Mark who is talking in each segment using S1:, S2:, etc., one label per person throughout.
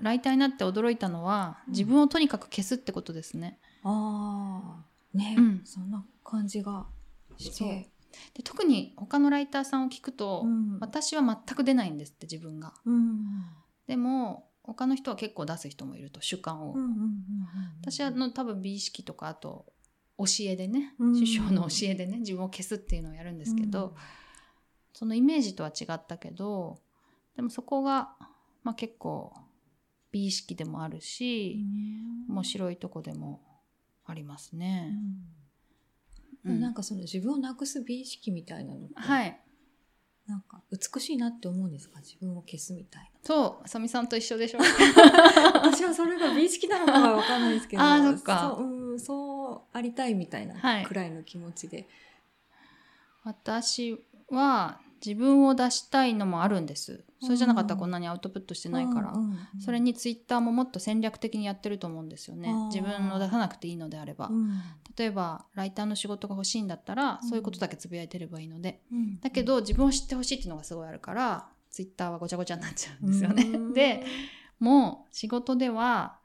S1: ライターになって驚いたのは自分をとにかく消すってことですね。
S2: ああね、
S1: うん
S2: そんな感じがして
S1: で特に他のライターさんを聞くと、
S2: ん
S1: 私は全く出ないんですって自分が。
S2: うん
S1: でも他の人は結構出す人もいると主観を。
S2: うんうんうんうん
S1: 私はの多分美意識とかあと教えでね、
S2: うん
S1: 師匠の教えでね自分を消すっていうのをやるんですけど、、そのイメージとは違ったけどでもそこが、まあ、結構美意識でもある
S2: う
S1: し、
S2: ん
S1: 面白いとこでもあります
S2: う
S1: ね。
S2: ん
S1: う
S2: なんかその自分をなくす美意識みたいなのって、
S1: はい
S2: なんか美しいなって思うんですか自分を消すみ たい
S1: そうあさみさんと一緒でしょ
S2: な私はそれが美意識なのかは分かんないですけど
S1: あーそっか
S2: そううんそうありたいみたいな
S1: はい
S2: くらいの気持ちで、
S1: 私は自分を出したいのもあるんですそれじゃなかったらこんなにアウトプットしてないから、
S2: うんうんうん
S1: それにツイッターももっと戦略的にやってると思うんですよね
S2: あー
S1: 自分を出さなくていいのであれば、
S2: うん
S1: 例えばライターの仕事が欲しいんだったら、
S2: うん
S1: そういうことだけつぶやいてればいいので
S2: うん
S1: だけど自分を知ってほしいっていうのがすごいあるからツイッターはごちゃごちゃになっちゃうんですよね、
S2: うん
S1: でもう仕事では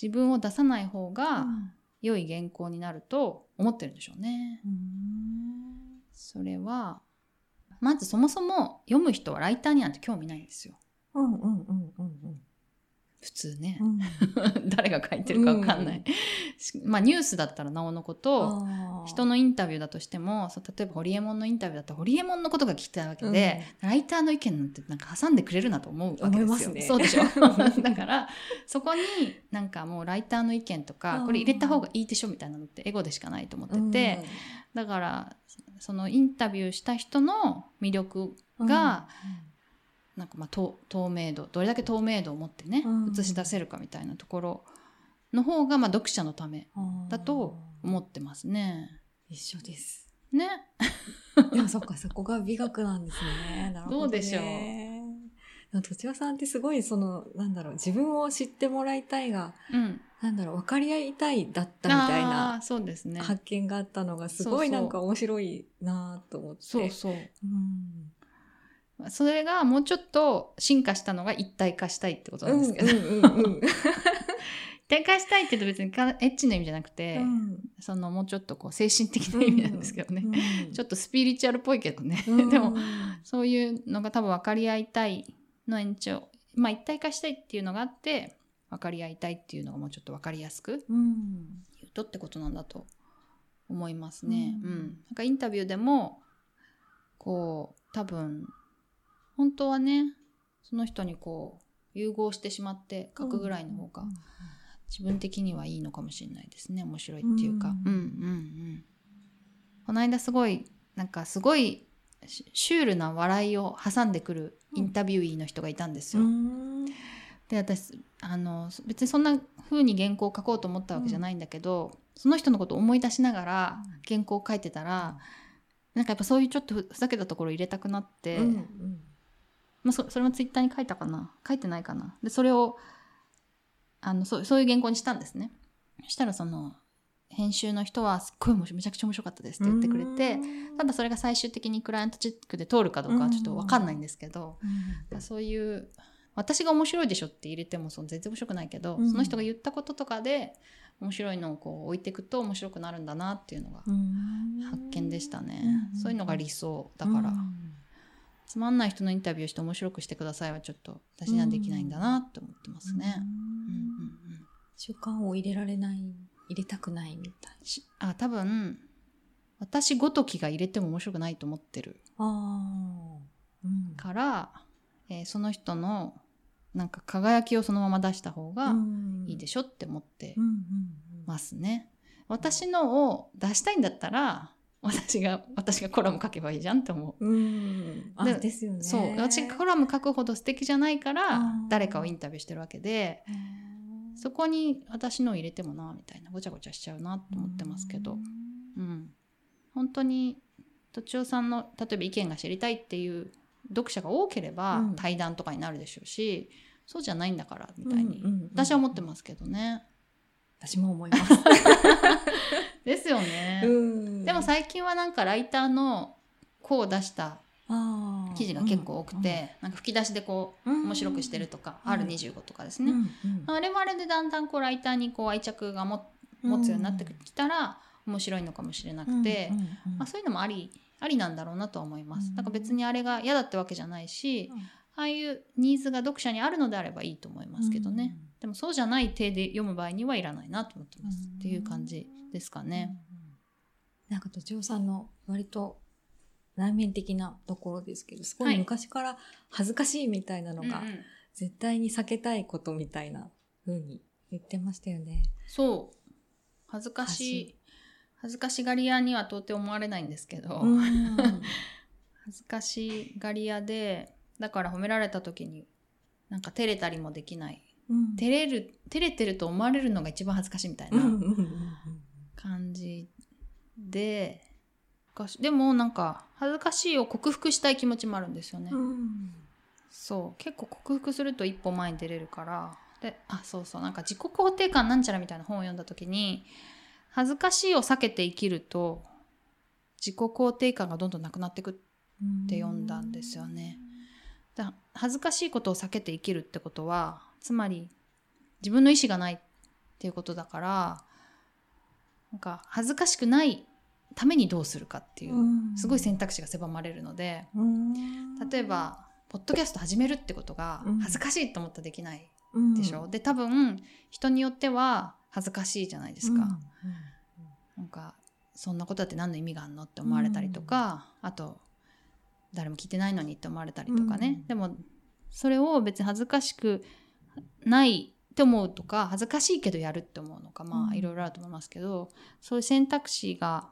S1: 自分を出さない方
S2: う
S1: が
S2: ん
S1: 良い原稿になると思ってるんでしょうね、
S2: うん
S1: それはまずそもそも読む人はライターになんて興味ないんですよ
S2: うんうんうんうん
S1: 普通ね
S2: う、ん
S1: 誰が書いてるかわかんない、し まあニュースだったらなおのこと、人
S2: の
S1: のインタビューだとしてもそう例えばホリエモンのインタビューだったらホリエモンのことが聞きたいわけで、ライターの意見なんてなんか挟んでくれるなと思うわけですよ
S2: 思いますね
S1: そうで しょだからそこになんかもうライターの意見と
S2: う
S1: か
S2: ん
S1: これ入れた方がいいでしょみたいなのってエゴでしかないと思ってて、だからそのインタビューした人の魅力が、なんかまあと透明度どれだけ透明度を持ってね
S2: うん
S1: 映し出せるかみたいなところの方がまあ読者のため
S2: うん
S1: だと思ってますね。
S2: 一緒です
S1: ね
S2: でもそっか、そこが美学なんですね。なるほど、ね。
S1: どうでしょう
S2: う。とちわさんってすごいその、なんだろう、自分を知ってもらいたいが、
S1: うん
S2: なんだろう、分かり合いたいだったみたい
S1: あ
S2: な
S1: ーそうですね
S2: 発見があったのが、すご
S1: そう
S2: い
S1: そう
S2: なんか面白いなと思って。
S1: そうそう
S2: うん。
S1: それがもうちょっと進化したのが一体化したいってこと
S2: う
S1: なん
S2: ん
S1: ですけど、
S2: うんうんうん。
S1: 一体化したいって言うと別にかエッチな意味じゃなくて、
S2: うん
S1: そのもうちょっとこう精神的な意味なんですけどね、
S2: うん
S1: ちょっとスピリチュアルっぽいけどね、
S2: う ん
S1: でもそういうのが多分分かり合いたいの延長まあ一体化したいっていうのがあって分かり合いたいっていうのがもうちょっと分かりやすく
S2: うん。
S1: 言うとってことなんだと思いますね。う
S2: うんん
S1: なんかインタビューでもこう多分本当はねその人にこう融合してしまって書くぐらいの方が
S2: うん
S1: 自分的にはいいのかもしれないですね面白いっていうか。う
S2: うんん
S1: うんうん、この間すごいなんかすごいシシュールな笑いを挟んでくるインタビューイーの人がいたんですよ。
S2: うん
S1: で私あの別にそんな風に原稿を書こうと思ったわけじゃないんだけど、その人のことを思い出しながら
S2: うん
S1: 原稿を書いてたら、なんかやっぱそういうちょっとふふざけたところ入れたくなって、
S2: うんうん
S1: まあ、そそれもツイッターに書いたかな書いてないかなでそれをあのそうそういう原稿にしたんですねそしたらその編集の人はすっごい面白いめちゃくちゃ面白かったですって言ってくれて、ただそれが最終的にクライアントチックで通るかどうかはちょっと分かんないんですけど、
S2: うん
S1: そういう私が面白いでしょって入れてもその全然面白くないけど、
S2: うん
S1: その人が言ったこととかで面白いのをこう置いていくと面白くなるんだなっていうのが
S2: うん
S1: 発見でしたね、
S2: うん
S1: そういうのが理想だから、
S2: うん
S1: つまんない人のインタビューして面白くしてくださいはちょっと私にはできないんだなって思ってますね、うんうん
S2: うん
S1: うん
S2: 習慣を入れられない入れたくないみたい
S1: しあ多分私ごときが入れても面白くないと思ってる
S2: なあー、うん、
S1: から、えーその人のなんか輝きをそのまま出した方がいいで
S2: し
S1: しょって思って
S2: うんうんうん
S1: ますね。私のを出したいんだったら私が私がコラム書けばいいじゃんって思う。
S2: うんあ
S1: で
S2: ですよね
S1: そう私がコラム書くほど素敵じゃないから
S2: あー
S1: 誰かをインタビューしてるわけで
S2: へー
S1: そこに私のを入れてもなみたいなごちゃごちゃしちゃうなと思ってますけど、うん、本当にとちおさんの例えば意見が知りたいっていう読者が多ければ
S2: うん
S1: 対談とかになるでしょうし、そうじゃないんだからみ
S2: うん
S1: たいに、
S2: うんうんうん
S1: 私は思ってますけどね。
S2: 私も思 います、
S1: ですよね。
S2: うん
S1: でも最近はなんかライターの子を出した
S2: あー
S1: 記事が結構多くて、、なんか吹き出しでこ
S2: うん
S1: う面白くしてる、とか、
S2: うん
S1: R25 とかです
S2: うん
S1: ね、
S2: うん
S1: あれはあれでだんだんこうライターにこう愛着がも
S2: うん
S1: 持つようになってきたら面白いのかもしれなくて、
S2: うんうんうん
S1: まあ、そういうのもありありなんだろうなとは思いま
S2: う
S1: す。
S2: ん
S1: だから別にあれが嫌だってわけじゃないし、ああいうニーズが読者にあるのであればいいと思いますけどね。でもそうじゃない体で読む場合にはいらないなと思ってます、っていう感じですか
S2: うん
S1: ね。
S2: うんなんか土壌さんの割と内面的なところですけどすご
S1: はいい
S2: 昔から恥ずかしいみたいなの
S1: うん
S2: が、
S1: うん
S2: 絶対に避けたいことみたいな風に言ってましたよね。
S1: そう恥ずかしい恥ずかしがり屋には到底思われないんですけど、恥ずかしがり屋でだから褒められた時になんか照れたりもできない
S2: うん
S1: 照れる照れてると思われるのが一番恥ずかしいみたい
S2: うんうん
S1: な
S2: うんうん
S1: 感じで、がでもなんか恥ずかしいを克服したい気持ちもあるんですよね、
S2: うん
S1: そう結構克服すると一歩前に出れるからであそうそうなんか自己肯定感なんちゃらみたいな本を読んだ時に恥ずかしいを避けて生きると自己肯定感がどんどんなくなってく
S2: って
S1: 読んだんですよね。だ恥ずかしいことを避けて生きるってことはつまり自分の意思がないっていうことだからなんか恥ずかしくないためにどうするかっていうすごい選択肢が狭まれるので例えばポッドキャスト始めるってことが
S2: うん
S1: 恥ずかしいと思ったらできない
S2: うん
S1: でしょ、で多分人によっては恥ずかしいじゃないですか、
S2: うん
S1: なんかそんなことだって何の意味があるのって思われたりとか、あと誰も聞いてないのにって思われたりとかね、
S2: うん
S1: でもそれを別に恥ずかしくないって思うとか恥ずかしいけどやるって思うのかま
S2: う
S1: あ
S2: ん
S1: いろいろあると思いますけど、そういう選択肢が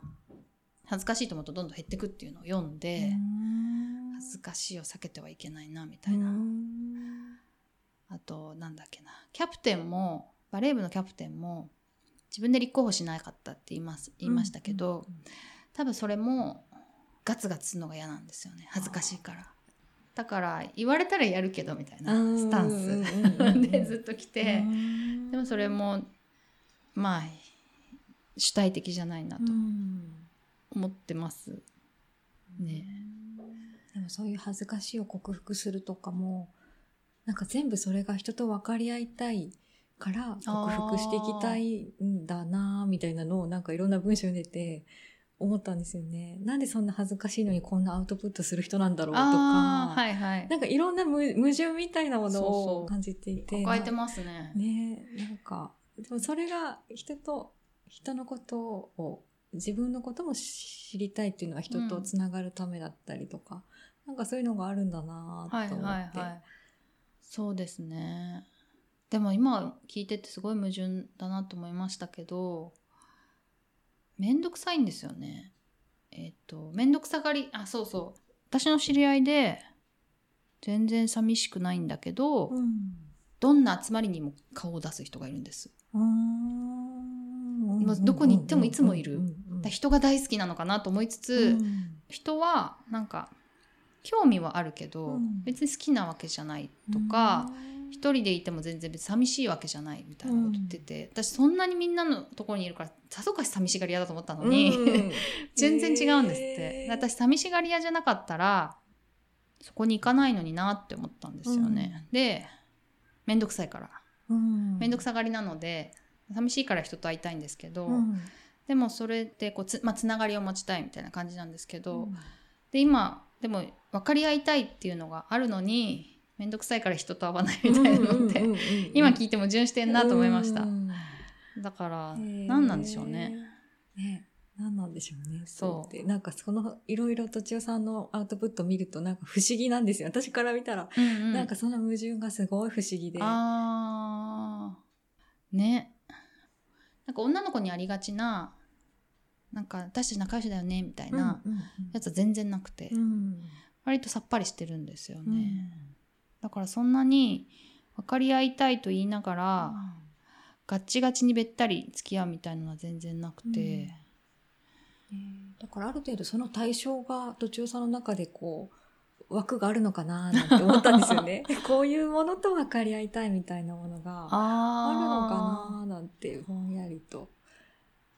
S1: 恥ずかしいと思うとどんどん減ってくっていうのを読んで、
S2: うん
S1: 恥ずかしいを避けてはいけないなみたいな、
S2: うん
S1: あとなんだっけなキャプテンもバレー部のキャプテンも自分で立候補しなかったって言います言いましたけど、多分それもガツガツするのが嫌なんですよね恥ずかしいからだから言われたらやるけどみたいな
S2: うん
S1: スタン
S2: うん
S1: ス
S2: うんうん
S1: でずっと来て
S2: うん
S1: でもそれもまあ主体的じゃないなと
S2: うん
S1: 思ってますね
S2: でもそういう恥ずかしいを克服するとかもなんか全部それが人と分かり合いたいから克服していきたいんだなぁみたいなのをなんかいろんな文章に出て思ったんですよね。なんでそんな恥ずかしいのにこんなアウトプットする人なんだろうとか、
S1: ああはいはい
S2: なんかいろんなむ矛盾みたいなも
S1: そう
S2: の
S1: そ
S2: を
S1: う
S2: 感じていて。
S1: 抱えてますね
S2: ねなんかでもそれが人と人のことを自分のことも知りたいっていうのは人とつながるためだったりとか、なんかそういうのがあるんだな
S1: はい
S2: と
S1: はい
S2: 思って、
S1: はいそうですねでも今聞いててすごい矛盾だなと思いましたけどめんどくさいんですよねえっ、とめんどくさがりあそうそう私の知り合いで全然寂しくないんだけど、
S2: うん
S1: どんな集まりにも顔を出す人がいるんです
S2: うーん
S1: もうどこに行ってもいつもいる
S2: うんうん
S1: だから人が大好きなのかなと思いつつ、
S2: うん
S1: 人はなんか興味はあるけど、
S2: うん
S1: 別に好きなわけじゃないとか、
S2: うん
S1: 一人でいても全然別に寂しいわけじゃないみたいなこと言ってて、私そんなにみんなのところにいるからさぞかし寂しがり屋だと思ったのに、
S2: うん
S1: 全然違うんですって、
S2: へー
S1: 私寂しがり屋じゃなかったらそこに行かないのになって思ったんですよね、でめんどくさいから
S2: うん
S1: めんどくさがりなので寂しいから人と会いたいんですけど、
S2: うん
S1: でもそれってこうつ,、まあ、つながりを持ちたいみたいな感じなんですけど、
S2: うん
S1: で今でも分かり合いたいっていうのがあるのにめんどくさいから人と会わないみたいなのって、
S2: うんうんうんうん
S1: 今聞いても矛盾してんなと思いました、
S2: うん
S1: だから
S2: へー
S1: 何なんでしょうね、。
S2: ね、何なんでしょうね。
S1: そう
S2: ってなんかそのいろいろとちおさんのアウトプット見るとなんか不思議なんですよ。私から見たら、
S1: うんうん
S2: なんかその矛盾がすごい不思議で。
S1: あーねなんか女の子にありがちななんか私たち仲良しだよねみたいな
S2: うんうん
S1: やつは全然なくて、
S2: うん
S1: 割とさっぱりしてるんですよね、だからそんなに分かり合いたいと言いながら、ガッチガチにべったり付き合うみたいなのは全然なくて、
S2: うんうんだからある程度その対象がとちおさんの中でこう枠があるのかななんて思ったんですよ ね。こういうものと分かり合いたいみたいなものが。あるの
S1: あ
S2: かななんてぼんやりと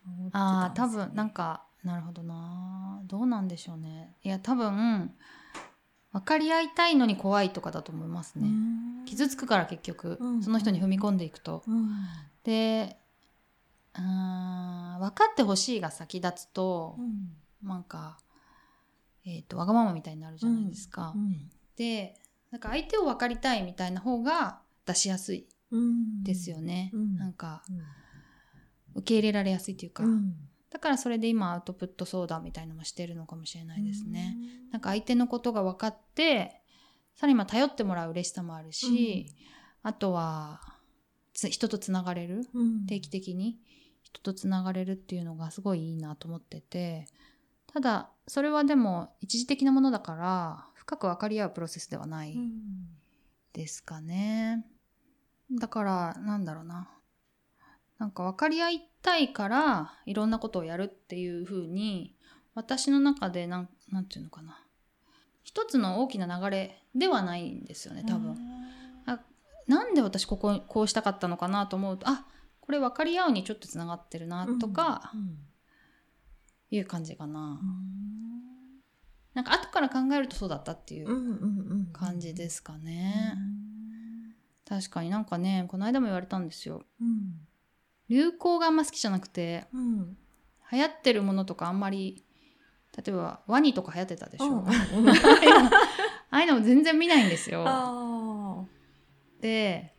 S2: 思ってた
S1: あ
S2: ん
S1: ー
S2: です
S1: 多
S2: よね
S1: 分なんかなるほどなどうなんでしょうねいや多分分かり合いたいのに怖いとかだと思いますね。傷つくから結局、
S2: うん
S1: その人に踏み込んでいくと。
S2: うん
S1: でうーん分かってほしいが先立つと、なんか、えー、とわがままみたいになるじゃないですか。
S2: うん
S1: でなんか相手を分かりたいみたいな方が出しやすい
S2: うん
S1: ですよね。
S2: うん
S1: なんか
S2: うん
S1: 受け入れられやすいというか、
S2: うん
S1: だからそれで今アウトプット相談みたいのもしてるのかもしれないですね。なんか相手のことが分かってさらに今頼ってもらう嬉しさもあるし、あとはつ人とつながれる
S2: うん
S1: 定期的に人とつながれるっていうのがすごいいいなと思っててただそれはでも一時的なものだから深く分かり合うプロセスではない
S2: うん
S1: ですかね、だからなんだろうななんか分かり合いたいからいろんなことをやるっていう風に私の中でなんなんていうのかな一つの大きな流れではないんですよね多分。なんで私こここうしたかったのかなと思うとあこれ分かり合うにちょっとつながってるな
S2: うん
S1: とか
S2: うん
S1: いう感じかな、
S2: うん
S1: なんか後から考えるとそうだったっていう
S2: うんうんうん
S1: 感じですかね、
S2: ね
S1: 確かになんかねこの間も言われたんですよ
S2: うん
S1: 流行があんま好きじゃなくて
S2: うん
S1: 流行ってるものとかあんまり例えばワニとか流行ってたでしょ、
S2: う ん
S1: あ
S2: うん
S1: あいうのも全然見ないんですよ
S2: あ
S1: で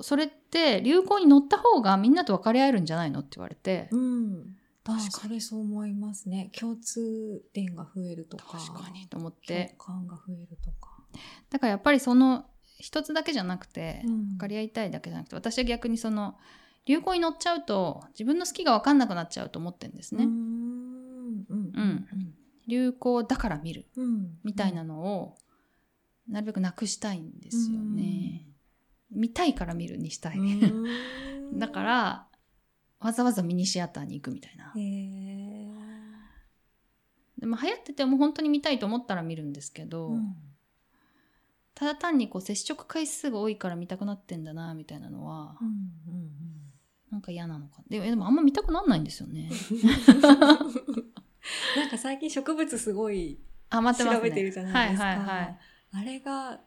S1: それって流行に乗った方がみんなと分かり合えるんじゃないのって言われて
S2: ーうん
S1: 確かに
S2: あーそれそう思いますね共通点が増えるとか
S1: 確かにと思っ
S2: 共
S1: て
S2: 感が増えるとか
S1: だからやっぱりその一つだけじゃなくて、
S2: 分
S1: 分かり合いたいだけじゃなくて私は逆にその流行に乗っちゃうと自分の好きが分かんなくなっちゃうと思ってるんですね、
S2: うんうん
S1: 流行だから見る
S2: うんうん
S1: みたいなのをなるべくなくしたいんですよね、見たいから見るにしたい、
S2: うん
S1: だからわざわざミニシアターに行くみたいな
S2: へえ
S1: でも流行ってても本当に見たいと思ったら見るんですけど、ただ単にこう接触回数が多いから見たくなってんだなみたいなのは、なんか嫌なのかででもあんま見たくなんないんですよね
S2: なんか最近植物すごい
S1: あ待ってます、ね、
S2: 調べてるじゃないですか。
S1: はいはいはい
S2: あれが、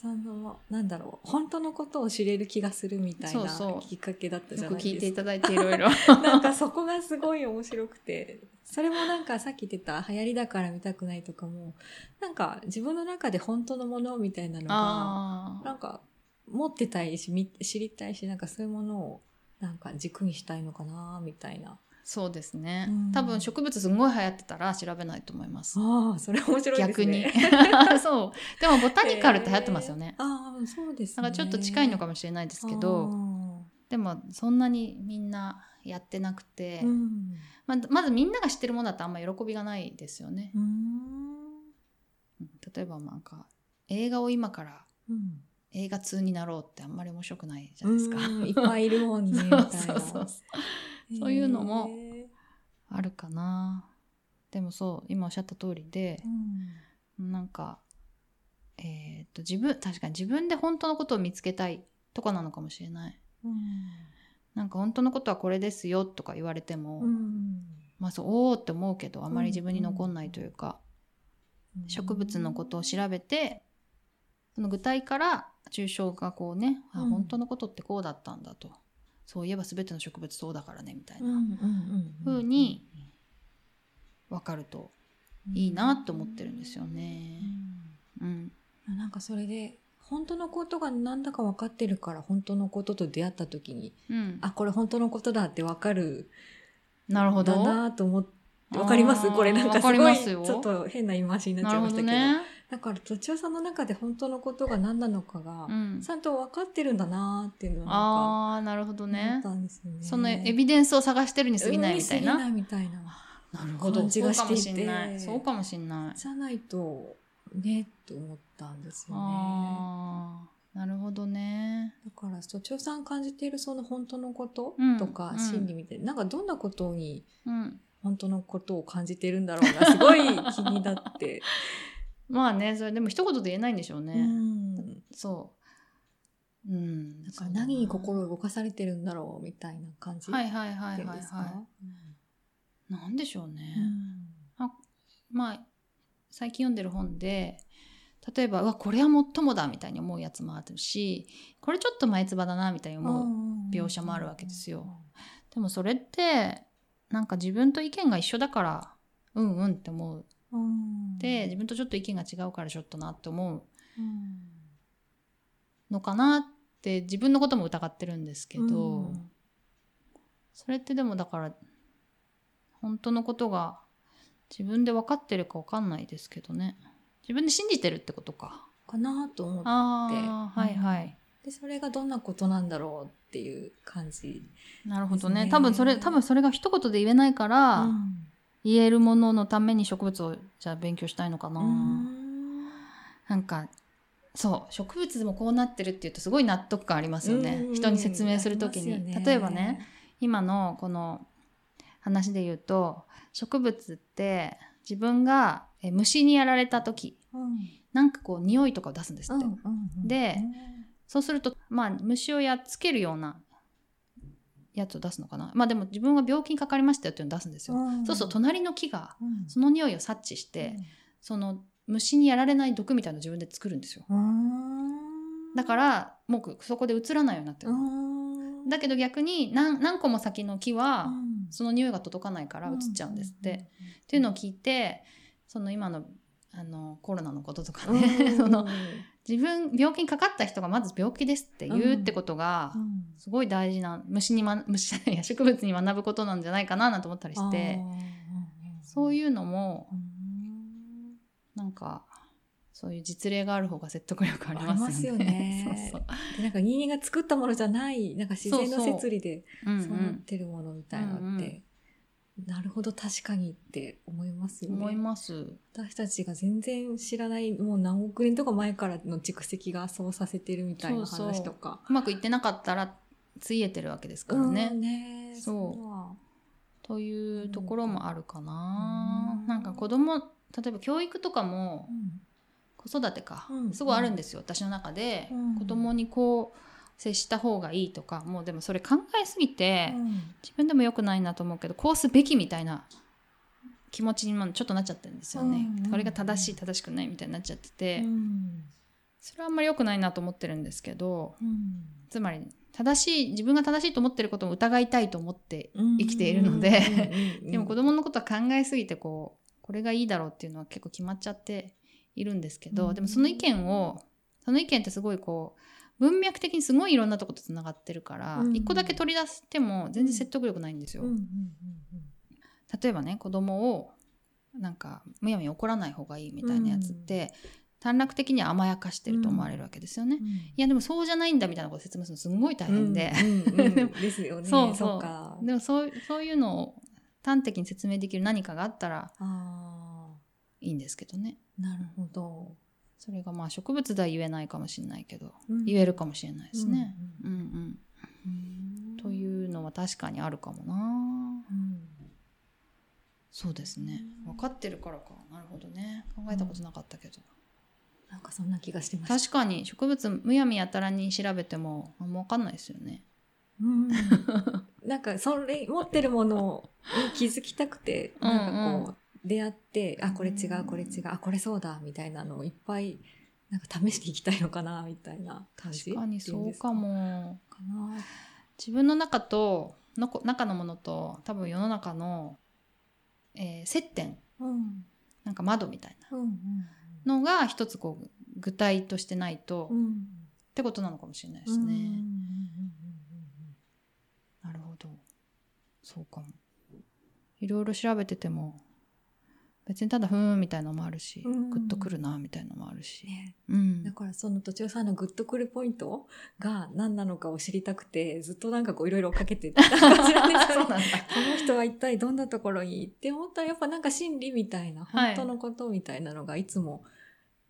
S2: その、なんだろう、本当のことを知れる気がするみたい
S1: そう
S2: な
S1: そう
S2: きっかけだったじ
S1: よ
S2: ゃ
S1: く
S2: ない
S1: 聞いて
S2: で
S1: い
S2: すか。
S1: ただいていろいろ
S2: なんかそこがすごい面白くて、それもなんかさっき言ってた流行りだから見たくないとかも、なんか自分の中で本当のものみたいなのが、
S1: あ
S2: なんか持ってたいし、み知りたいし、なんかそういうものをなんか軸にしたいのかなみたいな。
S1: そうですね、
S2: うん
S1: 多分植物すごい流行ってたら調べないと思います
S2: ああ、それ面白いで
S1: 逆
S2: す
S1: に。
S2: ね。
S1: そう。でもボタニカルって流行ってますよね
S2: え。ーああ、そうです
S1: な
S2: ね。
S1: んかちょっと近いのかもしれないですけど、でもそんなにみんなやってなく
S2: あ
S1: て
S2: ー、うん
S1: まあまずみんなが知ってるものだとあんま喜びがないですよね
S2: う。
S1: うん
S2: ん
S1: 例えばなんか映画を今から
S2: うん
S1: 映画通になろうってあんまり面白くないじゃないですか。
S2: うんいっぱいいるもんねみたい
S1: そう そう
S2: な
S1: そうそういうのも
S2: へー
S1: あるかな。でもそう今おっしゃった通りで
S2: う、ん
S1: なんかえーっと自分確かに自分で本当のことを見つけたいとかなのかもしれない。なんか本当のことはこれですよとか言われても、
S2: うん
S1: まあそうおおって思うけどあまり自分に残んないというか、
S2: うん
S1: 植物のことを調べてその具体から抽象がこうね、あ
S2: うん
S1: 本当のことってこうだったんだとそういえば全ての植物そうだからねみたい
S2: うんう
S1: なん
S2: うんうん
S1: 風に分かるといいなと思ってるんですよね
S2: う。ん
S1: うん、
S2: なんかそれで本当のことがなんだか分かってるから本当のことと出会った時に
S1: うん、
S2: あこれ本当のことだって分かる
S1: なるほど。
S2: だ
S1: な
S2: なと思って。わかります
S1: あー
S2: これなんかす
S1: わかり
S2: ご
S1: ま
S2: い
S1: す
S2: ち
S1: よ
S2: ょっと変な言い回しになっち
S1: る
S2: ゃい
S1: ほ
S2: ました
S1: ど
S2: けど、
S1: ね。
S2: だから土地さんの中で本当のことが何なのかが、
S1: うん
S2: ち、ゃんと分かってるんだなーっていうのは
S1: ああーなるほど
S2: なんか思
S1: ね
S2: っ。たんですよね。
S1: そのエビデンスを探してるに過ぎないみたいな。
S2: うんに過ぎないみたいな
S1: なる
S2: 感じがしていて
S1: そうかもしんない。そうかもしんない
S2: じゃないとねって思ったんですよね。
S1: ああ、なるほどね。
S2: だから土地さん感じているその本当のこと
S1: うん
S2: とか
S1: うん
S2: 心理みたいな,、なんかどんなことに
S1: うん。
S2: 本当のことを感じているんだろうがすごい気になって。
S1: まあね、それでも一言で言えないんでしょう ね。
S2: うん
S1: そう。うん。
S2: なんか何に心
S1: を。
S2: を動かされてるんだろうみたいな感じ
S1: はいはいはい
S2: ってい
S1: は
S2: う
S1: い
S2: んですか
S1: は。い。なんでしょうね。
S2: うん
S1: まあ、最近読んでる本で例えばうわこれはもっともだみたいに思うやつもあるしこれちょっと前つばだなみたいに思う描写もあるわけですよでもそれってなんか自分と意見が一緒だからうんうんって思う
S2: うん
S1: で自分とちょっと意見が違うからちょっとなって思う
S2: うん
S1: のかなって自分のことも疑ってるんですけど、
S2: うん
S1: それってでもだから本当のことが自分で分かってるか分かんないですけどね自分で信じてるってことか
S2: かなと思っ
S1: ああ
S2: うん
S1: はいはい、
S2: てそれがどんなことなんだろうっていう感じ
S1: なるほどね
S2: ですね
S1: 多分それ多分それが一言で言えないから、
S2: うん
S1: 言えるもののために植物をじゃあ勉強したいのかな、
S2: うん
S1: なんかそう植物でもこうなってるっていうとすごい納得感ありますよね、
S2: うん
S1: 人に説明する時に、
S2: ありますよ
S1: 例えばね今のこの話で言うと植物って自分がえ虫にやられた時
S2: うん
S1: なんかこう匂いとかを出すんですって、
S2: うんうんうん
S1: でそうするとまあ虫をやっつけるようなやつを出すのかなまあでも自分が病気にかかりましたよっていうのを出すんですよ、
S2: ん
S1: そうすると隣の木が
S2: うん
S1: その匂いを察知して、その虫にやられない毒みたいなのを自分で作るんですよ
S2: うん
S1: だからもうそこで移らないようになってる、
S2: うん
S1: だけど逆に何何個も先の木は、
S2: うん
S1: その匂いが届かないから移っちゃうんですって、っていうのを聞いてその今のあのコロナのこととかね、 その自分病気にかかった人がまず病気ですって言うってことが、すごい大事な虫に、ま、 虫じゃないや植物に学ぶことなんじゃないかななんて思ったりしてそう
S2: い
S1: いうのも
S2: うん
S1: なんかそういう実例がある方が説得力ありますよね。
S2: ありますよね
S1: そうそう
S2: でなんか人間が作ったものじゃないなんか自然の
S1: そうそう
S2: 摂理で
S1: うんう
S2: そうなっ
S1: ん
S2: てるものみたいな
S1: うんう
S2: って
S1: ん、
S2: なるほど確かにって思いますよね。
S1: 思います。
S2: 私たちが全然知らないもう何億年とか前からの蓄積がそうさせてるみたいな
S1: そうそう
S2: 話とか。
S1: うまくいってなかったらついえてるわけですからね。
S2: うんね
S1: そう
S2: そういうのは
S1: というところもあるかな、
S2: うん
S1: なんか子供例えば教育とかも
S2: うん
S1: 子育てか、
S2: うん
S1: すごいあるんですよ、私の中で、
S2: うん
S1: 子供にこう接した方がいいとかもうでもそれ考えすぎて、
S2: うん
S1: 自分でも良くないなと思うけどこうすべきみたいな気持ちにもちょっとなっちゃってるんですよね、
S2: うんうん
S1: これが正しい正しくないみたいになっちゃってて、
S2: うん
S1: それはあんまり良くないなと思ってるんですけど
S2: うん
S1: つまり正しい自分が正しいと思ってることも疑いたいと思って生きているので
S2: うんうんうん
S1: でも子供のことは考えすぎてこうこれがいいだろうっていうのは結構決まっちゃっているんですけど、
S2: うん
S1: でもその意見をその意見ってすごいこう文脈的にすごいいろんなとことつながってるから、
S2: うん
S1: 一個だけ取り出しても全然説得力ないんですよ。
S2: うんうんうん
S1: 例えばね子供をなんかむやみに怒らない方がいいみたいなやつって、短絡的には甘やかしてると思われるわけですよね。
S2: うん
S1: いやでもそうじゃないんだみたいなこと説明するのすんごい大
S2: うん
S1: 変で、
S2: うんうんうんですよね
S1: そうそう
S2: そうか
S1: でもそうそういうのを端的に説明できる何かがあったら
S2: あ
S1: いいんですけどね。
S2: ーなるほど、
S1: それがまあ植物では言えないかもしれないけど、
S2: うん
S1: 言えるかもしれないですね。
S2: う
S1: うんうん、
S2: うん
S1: というのは確かにあるかもな。
S2: うん
S1: そうですね。
S2: うん
S1: 分かってるからか。なるほどね。考えたことなかったけど。
S2: なんかそんな気がしてました。
S1: 確かに植物むやみやたらに調べてもあんま分かんないですよね。
S2: うん、なんかそれ持ってるものに気づきたくて
S1: うんうん
S2: なんかこう出会ってあこれ違
S1: う
S2: うんこれ違うあこれそうだみたいなのをいっぱいなんか試していきたいのかなみたいな感じ
S1: 確かにそうかも。
S2: っていうんです
S1: 自分の中とのこ中のものと多分世の中の、えー接点
S2: かなうん
S1: なんか窓みたいな
S2: うん
S1: のが一つこう具体としてないと、
S2: うんう
S1: っ
S2: ん
S1: てことなのかもしれないで
S2: うん
S1: す
S2: うんうんうん
S1: ね。
S2: う
S1: なるほど。そうかも。いろいろ調べてても、別にただふーんみたいのもあるし、
S2: うん
S1: グッとくるなみたいのもあるし
S2: ん。ね
S1: うん
S2: だ。からその途中さんのグッとくるポイントが何なのかを知りたくてずっとなんかこういろいろかけてた感じなんですよね
S1: だ。
S2: この人は一体どんなところにって思ったらやっぱなんか心理みたいな
S1: はい
S2: 本当のことみたいなのがいつも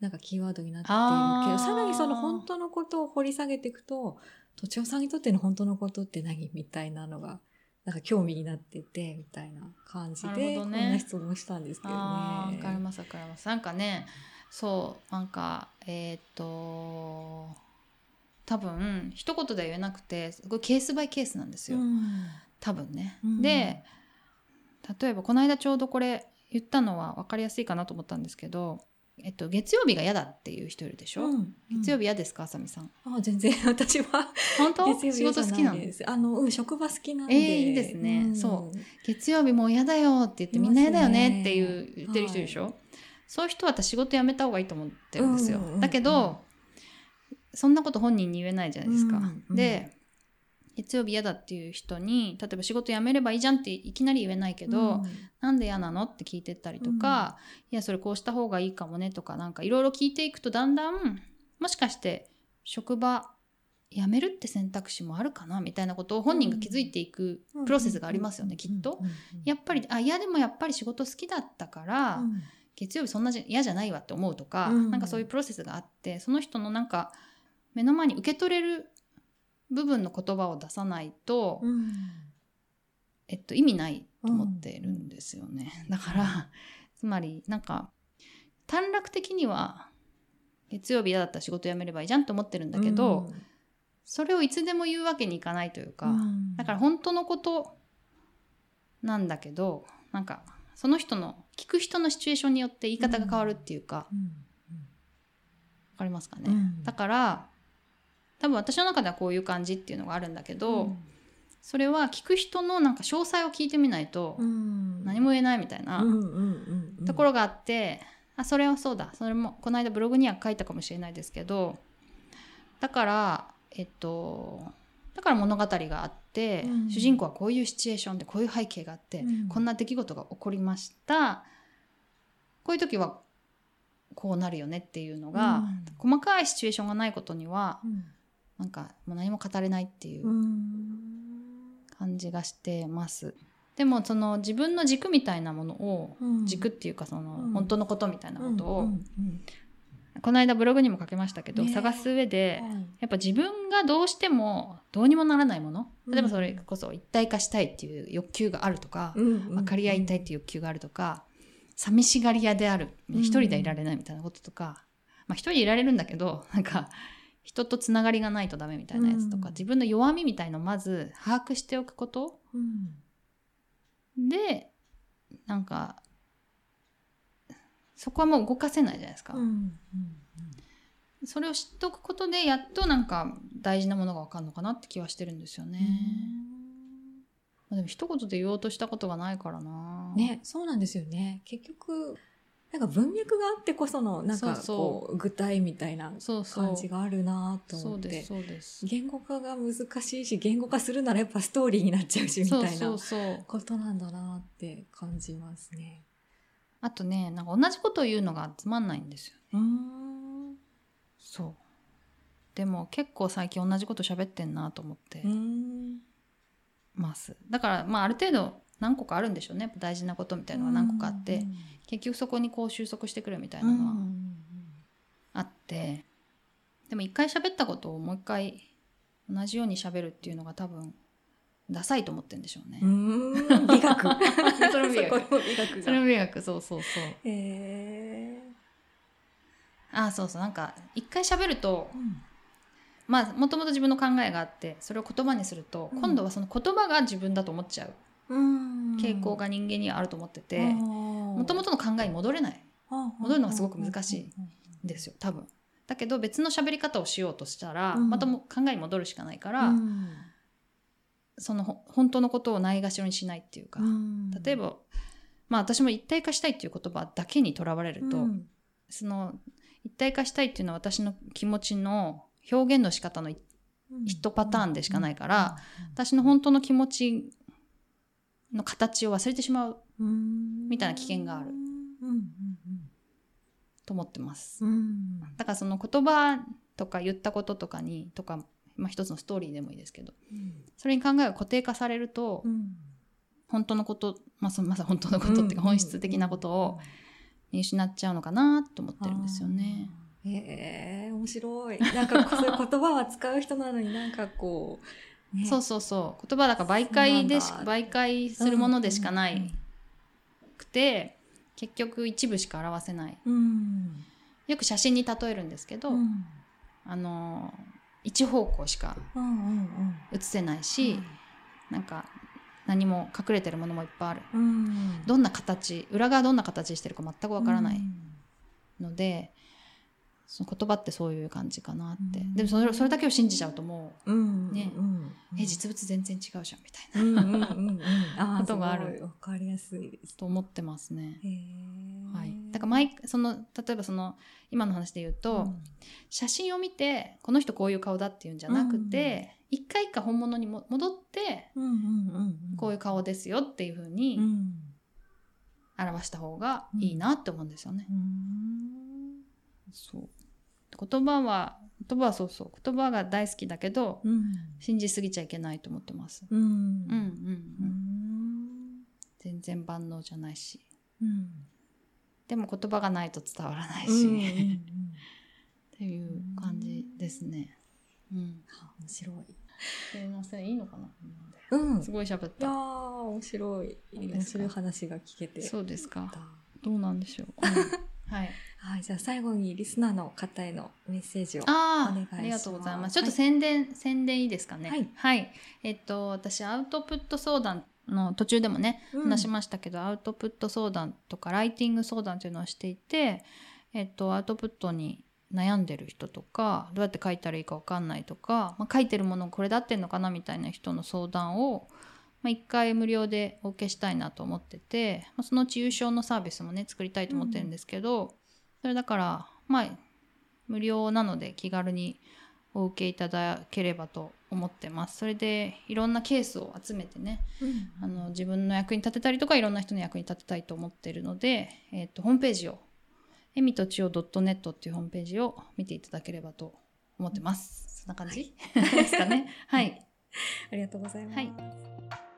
S2: なんかキーワードになって
S1: あ
S2: いるけ
S1: ー
S2: どさらにその本当のことを掘り下げていくととちおさんにとっての本当のことって何みたいなのがなんか興味になっててみたいな感じ
S1: なる
S2: で
S1: ほ
S2: こ
S1: ど
S2: ん
S1: ね
S2: な質問したんですけどね。
S1: あーわかりますわかります。なんかね、そう、なんか、えーっと、多分、一言では言えなくて、すごいケースバイケースなんですよ。
S2: うん
S1: 多分ね。
S2: うん
S1: で、例えば、この間ちょうどこれ、言ったのは分かりやすいかなと思ったんですけど、えっと、月曜日が嫌だっていう人いるでしょ、
S2: うん
S1: 月曜日嫌ですかあさみさん
S2: あ全然私は
S1: 本当
S2: 月曜日
S1: 仕事好きなの
S2: 嫌じゃいですあの、うん、職場好きなんで、
S1: えーいいですねそ
S2: うん
S1: 月曜日もう嫌だよって言って
S2: い
S1: み
S2: ます
S1: んな
S2: ね
S1: 嫌だよねっていう言ってる人でしょ、そういう人は私仕事辞めた方がいいと思ってるんですよ、
S2: うんうんうん
S1: だけどそんなこと本人に言えないじゃないですか、
S2: うんうん
S1: で月曜日嫌だっていう人に例えば仕事辞めればいいじゃんっていきなり言えないけど、
S2: うん
S1: なんで嫌なのって聞いてったりとか、いやそれこうした方がいいかもねとかなんかいろいろ聞いていくとだんだんもしかして職場辞めるって選択肢もあるかなみたいなことを本人が気づいていくプロセスがありますよね、きっと。
S2: うんうんうん
S1: やっぱりあいやでもやっぱり仕事好きだったから、
S2: うん
S1: 月曜日そんなじ嫌じゃないわって思うとか、
S2: うん
S1: なんかそういうプロセスがあってその人のなんか目の前に受け取れる部分の言葉を出さないと、
S2: うん
S1: えっと、意味ないと思ってるんですよね、だからつまりなんか短絡的には月曜日嫌だったら仕事辞めればいいじゃんと思ってるんだけど、それをいつでも言うわけにいかないというか、
S2: うん
S1: だから本当のことなんだけどなんかその人の聞く人のシチュエーションによって言い方が変わるっていうか、
S2: うん
S1: わかりますかね、
S2: うん
S1: だから多分私の中ではこういう感じっていうのがあるんだけど、
S2: うん
S1: それは聞く人のなんか詳細を聞いてみないと
S2: うん
S1: 何も言えないみたいな
S2: うんうんうんうん
S1: ところがあって、あそれはそうだそれもこの間ブログには書いたかもしれないですけどだからえっとだから物語があって、
S2: うん
S1: 主人公はこういうシチュエーションでこういう背景があって、
S2: うん
S1: こんな出来事が起こりましたこういう時はこうなるよねっていうのが、細かいシチュエーションがないことには
S2: うん
S1: なんかもう何も語れないっていううん感じがしてます。でもその自分の軸みたいなものを
S2: うん
S1: 軸っていうかその
S2: うん
S1: 本当のことみたいなことを、
S2: うんうん
S1: この間ブログにも書きましたけど、
S2: ねえ
S1: 探す上で
S2: うんはい
S1: やっぱ自分がどうしてもどうにもならないもの
S2: うん
S1: 例えばそれこそ一体化したいっていう欲求があるとか、
S2: うんうんうん
S1: 分かり合いたいっていう欲求があるとか、寂しがり屋である
S2: うん
S1: 一人でいられないみたいなこととか、まあ、一人でいられるんだけどなんか人とつながりがないとダメみたいなやつとか、
S2: うん
S1: 自分の弱みみたいのをまず把握しておくこと
S2: うん
S1: でなんかそこはもう動かせないじゃないですか。
S2: うんうん
S1: それを知っとくことでやっとなんか大事なものが分かるのかなって気はしてるんですよね、まあでも一言で言おうとしたことがないからな
S2: ね、そうなんですよね。結局、なんか文脈があってこその、なんか
S1: そうそう
S2: こう、具体みたいな
S1: そうそう
S2: 感じがあるなと
S1: そ
S2: 思っ
S1: うで
S2: て
S1: す。そうです
S2: 言語化が難しいし、言語化するならやっぱストーリーになっちゃうし、みたい
S1: そうそ
S2: な
S1: うそう
S2: ことなんだなって感じますね。
S1: あとねなんか同じことを言うのがつまんないんですよ
S2: うーん。
S1: そうでも結構最近同じこと喋ってんなと思って
S2: うーん。
S1: ます、だからまあある程度何個かあるんでしょうねやっぱ大事なことみたいなのが何個かあって、
S2: うん
S1: 結局そこにこう収束してくるみたいな
S2: うん
S1: のはあってでも一回喋ったことをもう一回同じように喋るっていうのが多分ダサいと思ってんでしょうね。
S2: うんうん。うーん美学。
S1: それも美学
S2: そこも美学
S1: それ
S2: が。
S1: も迷惑そうそうそう。
S2: へえ。
S1: あそうそうなんか一回喋ると
S2: うん
S1: まあもともと自分の考えがあってそれを言葉にすると、
S2: うん
S1: 今度はその言葉が自分だと思っちゃう
S2: うん
S1: 傾向が人間にはあると思ってても
S2: も
S1: ともとの考えに戻れない戻
S2: 戻
S1: るのがすごく難しいんですよ多分。だけど別の喋り方をしようとしたら、
S2: うん
S1: またもう考えに戻るしかないから、
S2: うん
S1: そのほ本当のことをないがしろにしないっていうか。
S2: うん
S1: 例えば、まあ、私も一体化したいっていう言葉だけにとらわれると、
S2: うん
S1: その一体化したいっていうのは私の気持ちの表現の仕方の一パターンでしかないから、私の本当の気持ちの形を忘れてしまう
S2: うん
S1: みたいな危険がある
S2: うんうん
S1: と思ってます。
S2: うんうん
S1: だからその言葉とか言ったこととかにとか、まあ、一つのストーリーでもいいですけどそれに考えが固定化されると、
S2: うん
S1: 本当のこと、まあ、そのまさに本当のことっていうか本質的なことを見失っちゃうのかなと思ってるんですよね。
S2: あーへえ面白いなんかこうそういう言葉は使う人なのになんかこう、ね
S1: そうそうそう言葉だから媒介でし
S2: そうなんだ
S1: 媒介するものでしかな
S2: うんうん
S1: いくて、結局一部しか表せない
S2: うん
S1: よく写真に例えるんですけど、
S2: うん
S1: あのー一方向しか
S2: うんうんうん
S1: 写せないし、なんか何も隠れてるものもいっぱいある
S2: うん
S1: どんな形裏側どんな形してるか全くわからないので、その言葉ってそういう感じかなって、
S2: うん
S1: でもそれそれだけを信じちゃうとも
S2: うん、うん
S1: ね
S2: うん
S1: う、え実物全然違うじゃんみたいな
S2: うんうんうんうんあー
S1: ことがある
S2: すごいわかりやすいです
S1: と思ってますね。
S2: へー
S1: はい、だから毎その例えばその今の話で言うと、
S2: うん
S1: 写真を見てこの人こういう顔だっていうんじゃなくて、一回一回本物にも戻って
S2: うんうんうんうん
S1: こういう顔ですよっていうふうに
S2: うん
S1: 表した方がいいなって思うんですよね。
S2: うん
S1: そう言葉は言葉はそうそう言葉が大好きだけど、
S2: うん
S1: 信じすぎちゃいけないと思ってます。
S2: う
S1: うんうん
S2: ん
S1: う、
S2: うんん
S1: 全然万能じゃないし
S2: うん
S1: でも言葉がないと伝わらないし、
S2: うん
S1: っていう感じですね。うん、
S2: あ面白い
S1: すみませんいいのかな
S2: うん
S1: すごい喋っ
S2: いやー
S1: た。
S2: 面白い
S1: いいで
S2: 面
S1: すか
S2: 白い話が聞けて
S1: そうですか
S2: よかっ
S1: どうなんでしょう。うん はい。
S2: たはいじゃあ最後にリスナーの方へのメッセージを
S1: あ
S2: お願いし
S1: あ、
S2: ます
S1: ありがとうございます。ちょっと宣伝、宣伝いいですかね。
S2: はい
S1: えっと、私、アウトプット相談の途中でもね、話し
S2: ま
S1: ましたけど、アウトプット相談とか、ライティング相談というのをしていて、えっと、アウトプットに悩んでる人とか、どうやって書いたらいいかわかんないとか、まあ、書いてるものこれだってんのかなみたいな人の相談を、まあ、1回無料でお受けしたいなと思ってて、まあ、そのうち優勝のサービスもね作りたいと思ってるんですけど、それだからまあ無料なので気軽にお受けいただければと思ってますそれでいろんなケースを集めてねあの自分の役に立てたりとかいろんな人の役に立てたいと思ってるので、えっとホームページをえみとちお .net っていうホームページを見ていただければと 思ってますそんな感じ、ですかねはい
S2: ありがとうございます
S1: はい